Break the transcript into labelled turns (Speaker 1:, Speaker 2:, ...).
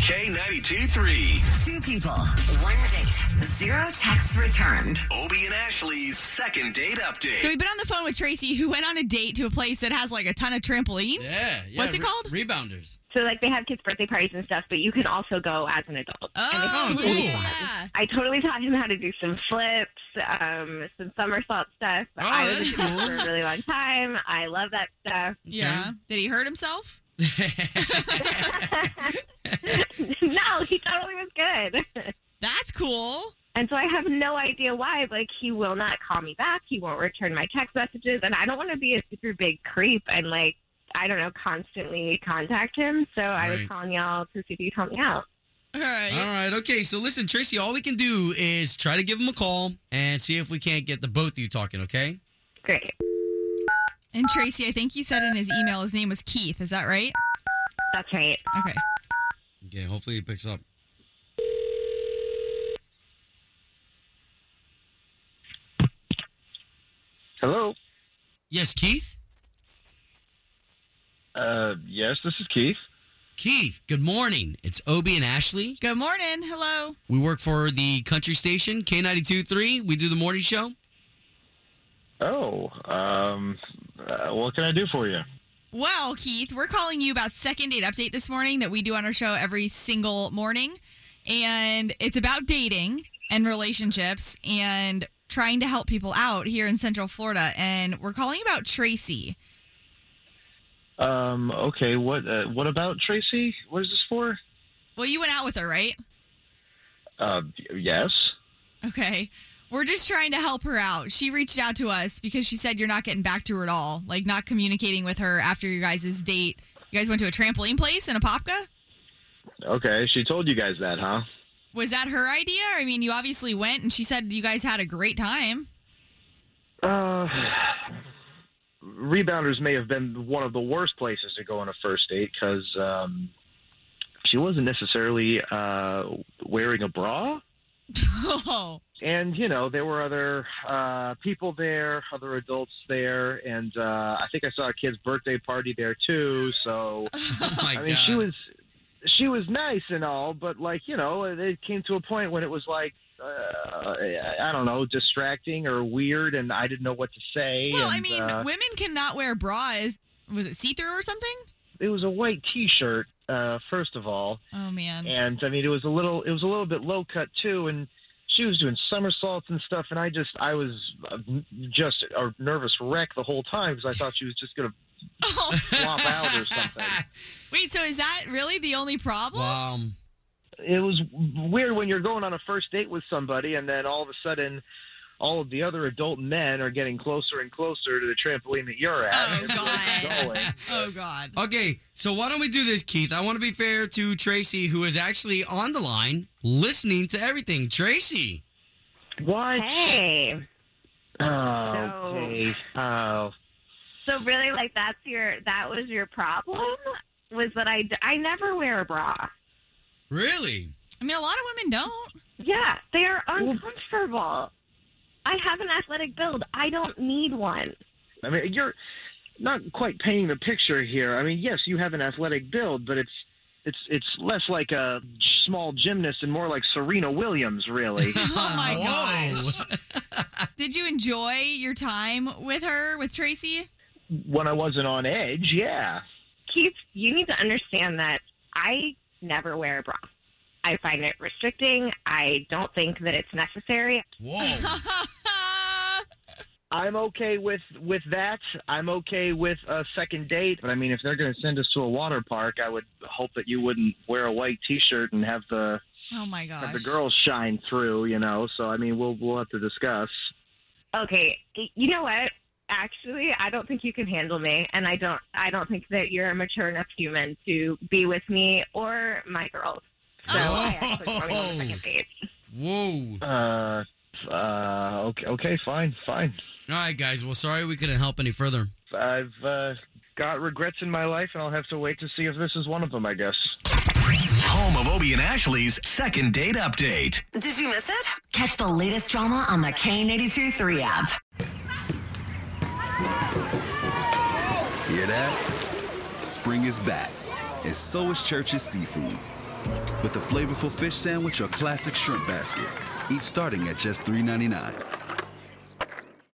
Speaker 1: K92 3.
Speaker 2: Two people, one date, zero texts returned.
Speaker 1: Obie and Ashley's second date update.
Speaker 3: So we've been on the phone with Tracy, who went on a date to a place that has like a ton of trampolines.
Speaker 4: Yeah, yeah.
Speaker 3: What's it called?
Speaker 4: Rebounders.
Speaker 5: So like they have kids' birthday parties and stuff, but you can also go as an adult.
Speaker 3: Oh,
Speaker 5: and it's really fun.
Speaker 3: yeah.
Speaker 5: I totally taught him how to do some flips, um, some somersault stuff.
Speaker 4: Oh,
Speaker 5: I was
Speaker 4: that's
Speaker 5: a kid for
Speaker 4: cool.
Speaker 5: a really long time. I love that stuff.
Speaker 3: Yeah. Did he hurt himself?
Speaker 5: no, he totally was good.
Speaker 3: That's cool.
Speaker 5: And so I have no idea why. Like he will not call me back. He won't return my text messages, and I don't want to be a super big creep and like I don't know constantly contact him. So I was
Speaker 4: Right.
Speaker 5: calling y'all to see if you'd help me out.
Speaker 3: All right.
Speaker 4: All right, okay. So listen, Tracy, all we can do is try to give him a call and see if we can't get the both of you talking, okay?
Speaker 5: Great.
Speaker 3: And Tracy, I think you said in his email his name was Keith. Is that right?
Speaker 5: That's right.
Speaker 3: Okay.
Speaker 4: Okay, hopefully he picks up.
Speaker 6: Hello.
Speaker 4: Yes, Keith?
Speaker 6: Uh, yes, this is Keith.
Speaker 4: Keith, good morning. It's Obie and Ashley.
Speaker 3: Good morning. Hello.
Speaker 4: We work for the country station, K92 3. We do the morning show.
Speaker 6: Oh, um, uh, what can I do for you?
Speaker 3: Well, Keith, we're calling you about second date update this morning that we do on our show every single morning. And it's about dating and relationships and trying to help people out here in Central Florida. And we're calling about Tracy.
Speaker 6: Um, okay, what uh, what about Tracy? What is this for?
Speaker 3: Well, you went out with her, right?
Speaker 6: Uh, yes.
Speaker 3: Okay. We're just trying to help her out. She reached out to us because she said you're not getting back to her at all, like not communicating with her after your guys' date. You guys went to a trampoline place in Apopka?
Speaker 6: Okay, she told you guys that, huh?
Speaker 3: Was that her idea? I mean, you obviously went and she said you guys had a great time.
Speaker 6: Uh, rebounders may have been one of the worst places to go on a first date because um, she wasn't necessarily uh, wearing a bra.
Speaker 3: Oh.
Speaker 6: and you know there were other uh, people there, other adults there, and uh, I think I saw a kid's birthday party there too. So
Speaker 4: Oh, my
Speaker 6: I mean, she was she was nice and all, but like you know, it came to a point when it was like uh, I don't know, distracting or weird, and I didn't know what to say.
Speaker 3: Well, I
Speaker 6: and,
Speaker 3: mean,
Speaker 6: uh,
Speaker 3: women cannot wear bras. Was it see through or something?
Speaker 6: it was a white T-shirt uh, first of all,
Speaker 3: Oh, man.
Speaker 6: and I mean it was a little it was a little bit low cut too, and she was doing somersaults and stuff, and I just I was uh, just a nervous wreck the whole time because I thought she was just gonna
Speaker 3: Oh.
Speaker 6: flop out or something.
Speaker 3: Wait, so is that really the only problem?
Speaker 4: Wow.
Speaker 6: It was weird when you're going on a first date with somebody, and then all of a sudden. All of the other adult men are getting closer and closer to the trampoline that you're at.
Speaker 3: Oh,
Speaker 6: It's
Speaker 3: God.
Speaker 6: going.
Speaker 3: Oh, God.
Speaker 4: Okay, so why don't we do this, Keith? I want to be fair to Tracy, who is actually on the line listening to everything. Tracy.
Speaker 6: What?
Speaker 5: Hey.
Speaker 6: Oh, okay. Oh,
Speaker 5: So really, like that's your that was your problem was that I I never wear a bra.
Speaker 4: Really?
Speaker 3: I mean, a lot of women don't.
Speaker 5: Yeah, they are uncomfortable. I have an athletic build. I don't need one.
Speaker 6: I mean, you're not quite painting the picture here. I mean, yes, you have an athletic build, but it's it's it's less like a small gymnast and more like Serena Williams, really.
Speaker 3: Oh, my gosh.
Speaker 4: Whoa.
Speaker 3: Did you enjoy your time with her, with Tracy?
Speaker 6: when I wasn't on edge, yeah.
Speaker 5: Keith, you need to understand that I never wear a bra. I find it restricting. I don't think that it's necessary.
Speaker 4: Whoa.
Speaker 6: I'm okay with with that. I'm okay with a second date, but I mean, if they're going to send us to a water park, I would hope that you wouldn't wear a white T-shirt and have the
Speaker 3: oh, my gosh.
Speaker 6: have the girls shine through, you know. So I mean, we'll we'll have to discuss.
Speaker 5: Okay, you know what? Actually, I don't think you can handle me, and I don't. I don't think that you're a mature enough human to be with me or my girls. So
Speaker 3: Oh.
Speaker 5: I actually want to go on a second date.
Speaker 4: Whoa.
Speaker 6: Uh, uh, okay, okay, fine, fine.
Speaker 4: All right, guys. Well, sorry we couldn't help any further.
Speaker 6: I've uh, got regrets in my life, and I'll have to wait to see if this is one of them. I guess.
Speaker 1: Home of Obie and Ashley's second date update.
Speaker 2: Did you miss it? Catch the latest drama on the K82 3 app.
Speaker 7: Hear that? Spring is back, and so is Church's Seafood. with a flavorful fish sandwich or classic shrimp basket, each starting at just $3.99.